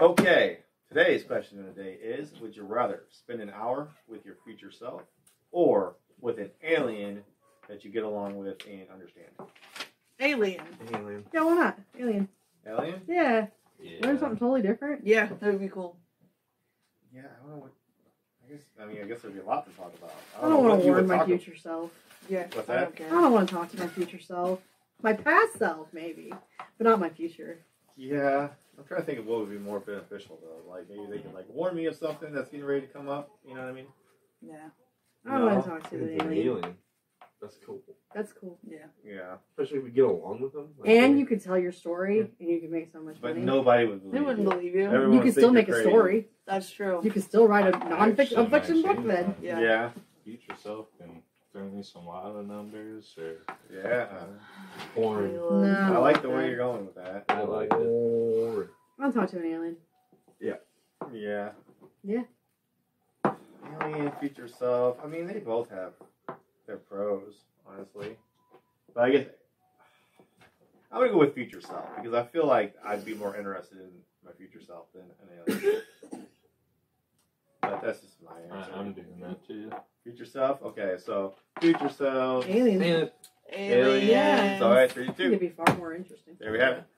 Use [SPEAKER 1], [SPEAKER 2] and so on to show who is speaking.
[SPEAKER 1] Okay, today's question of the day is Would you rather spend an hour with your future self or with an alien that you get along with and understand?
[SPEAKER 2] Alien.
[SPEAKER 3] Alien.
[SPEAKER 2] Yeah, why not? Alien.
[SPEAKER 1] Alien?
[SPEAKER 2] Yeah.
[SPEAKER 3] Yeah.
[SPEAKER 2] Learn something totally different. Yeah, that would be cool.
[SPEAKER 1] Yeah, I don't know what. I guess, I mean, I guess there'd be a lot to talk about.
[SPEAKER 2] I don't, want
[SPEAKER 1] Oh, what
[SPEAKER 2] to
[SPEAKER 1] you would
[SPEAKER 2] warn my
[SPEAKER 1] talk ab-
[SPEAKER 2] future self.
[SPEAKER 4] Yeah,
[SPEAKER 1] What's
[SPEAKER 4] I
[SPEAKER 1] that?
[SPEAKER 4] don't
[SPEAKER 2] I
[SPEAKER 4] care.
[SPEAKER 2] don't want to talk to my future self. My past self, maybe, but not my future.
[SPEAKER 1] Yeah, I'm trying to think of what would be more beneficial though. Like maybe they could like warn me of something that's getting ready to come up. You know what I mean?
[SPEAKER 4] Yeah,
[SPEAKER 2] I don't
[SPEAKER 1] No.
[SPEAKER 2] want to talk to
[SPEAKER 3] It's
[SPEAKER 2] an
[SPEAKER 3] an
[SPEAKER 2] alien.
[SPEAKER 3] alien. That's cool.
[SPEAKER 2] That's cool.
[SPEAKER 4] yeah.
[SPEAKER 1] Yeah,
[SPEAKER 3] Especially if we get along with them. like,
[SPEAKER 2] And
[SPEAKER 3] we-
[SPEAKER 2] you could tell your story, and you could make so much
[SPEAKER 1] but
[SPEAKER 2] money.
[SPEAKER 1] nobody would believe.
[SPEAKER 4] They wouldn't
[SPEAKER 1] you.
[SPEAKER 4] believe you.
[SPEAKER 1] Everyone would
[SPEAKER 2] you
[SPEAKER 1] think
[SPEAKER 2] could still
[SPEAKER 1] you're
[SPEAKER 2] make a
[SPEAKER 1] crazy.
[SPEAKER 2] story.
[SPEAKER 4] That's true.
[SPEAKER 2] You could still write a
[SPEAKER 5] Actually,
[SPEAKER 2] non-fiction a fiction
[SPEAKER 5] actually,
[SPEAKER 2] book then.
[SPEAKER 4] Yeah.
[SPEAKER 1] Yeah,
[SPEAKER 5] Future self and throw me some lotto numbers or
[SPEAKER 1] yeah.
[SPEAKER 3] Porn.
[SPEAKER 2] No.
[SPEAKER 1] I like the way
[SPEAKER 2] that.
[SPEAKER 1] you're going with that.
[SPEAKER 5] I like it.
[SPEAKER 3] Porn.
[SPEAKER 2] I'll talk to an alien.
[SPEAKER 1] Yeah.
[SPEAKER 2] Yeah.
[SPEAKER 1] Alien future self. I mean, they both have their pros, honestly. But I guess I'm gonna go with future self because I feel like I'd be more interested in my future self than an alien. but that's just my
[SPEAKER 5] I,
[SPEAKER 1] answer.
[SPEAKER 5] I'm doing that too.
[SPEAKER 1] Future self. Okay, so future self.
[SPEAKER 2] Aliens.
[SPEAKER 3] And
[SPEAKER 4] Alien.
[SPEAKER 1] It's all right, three,
[SPEAKER 2] It'd
[SPEAKER 1] two.
[SPEAKER 2] be far more interesting.
[SPEAKER 1] There we have it.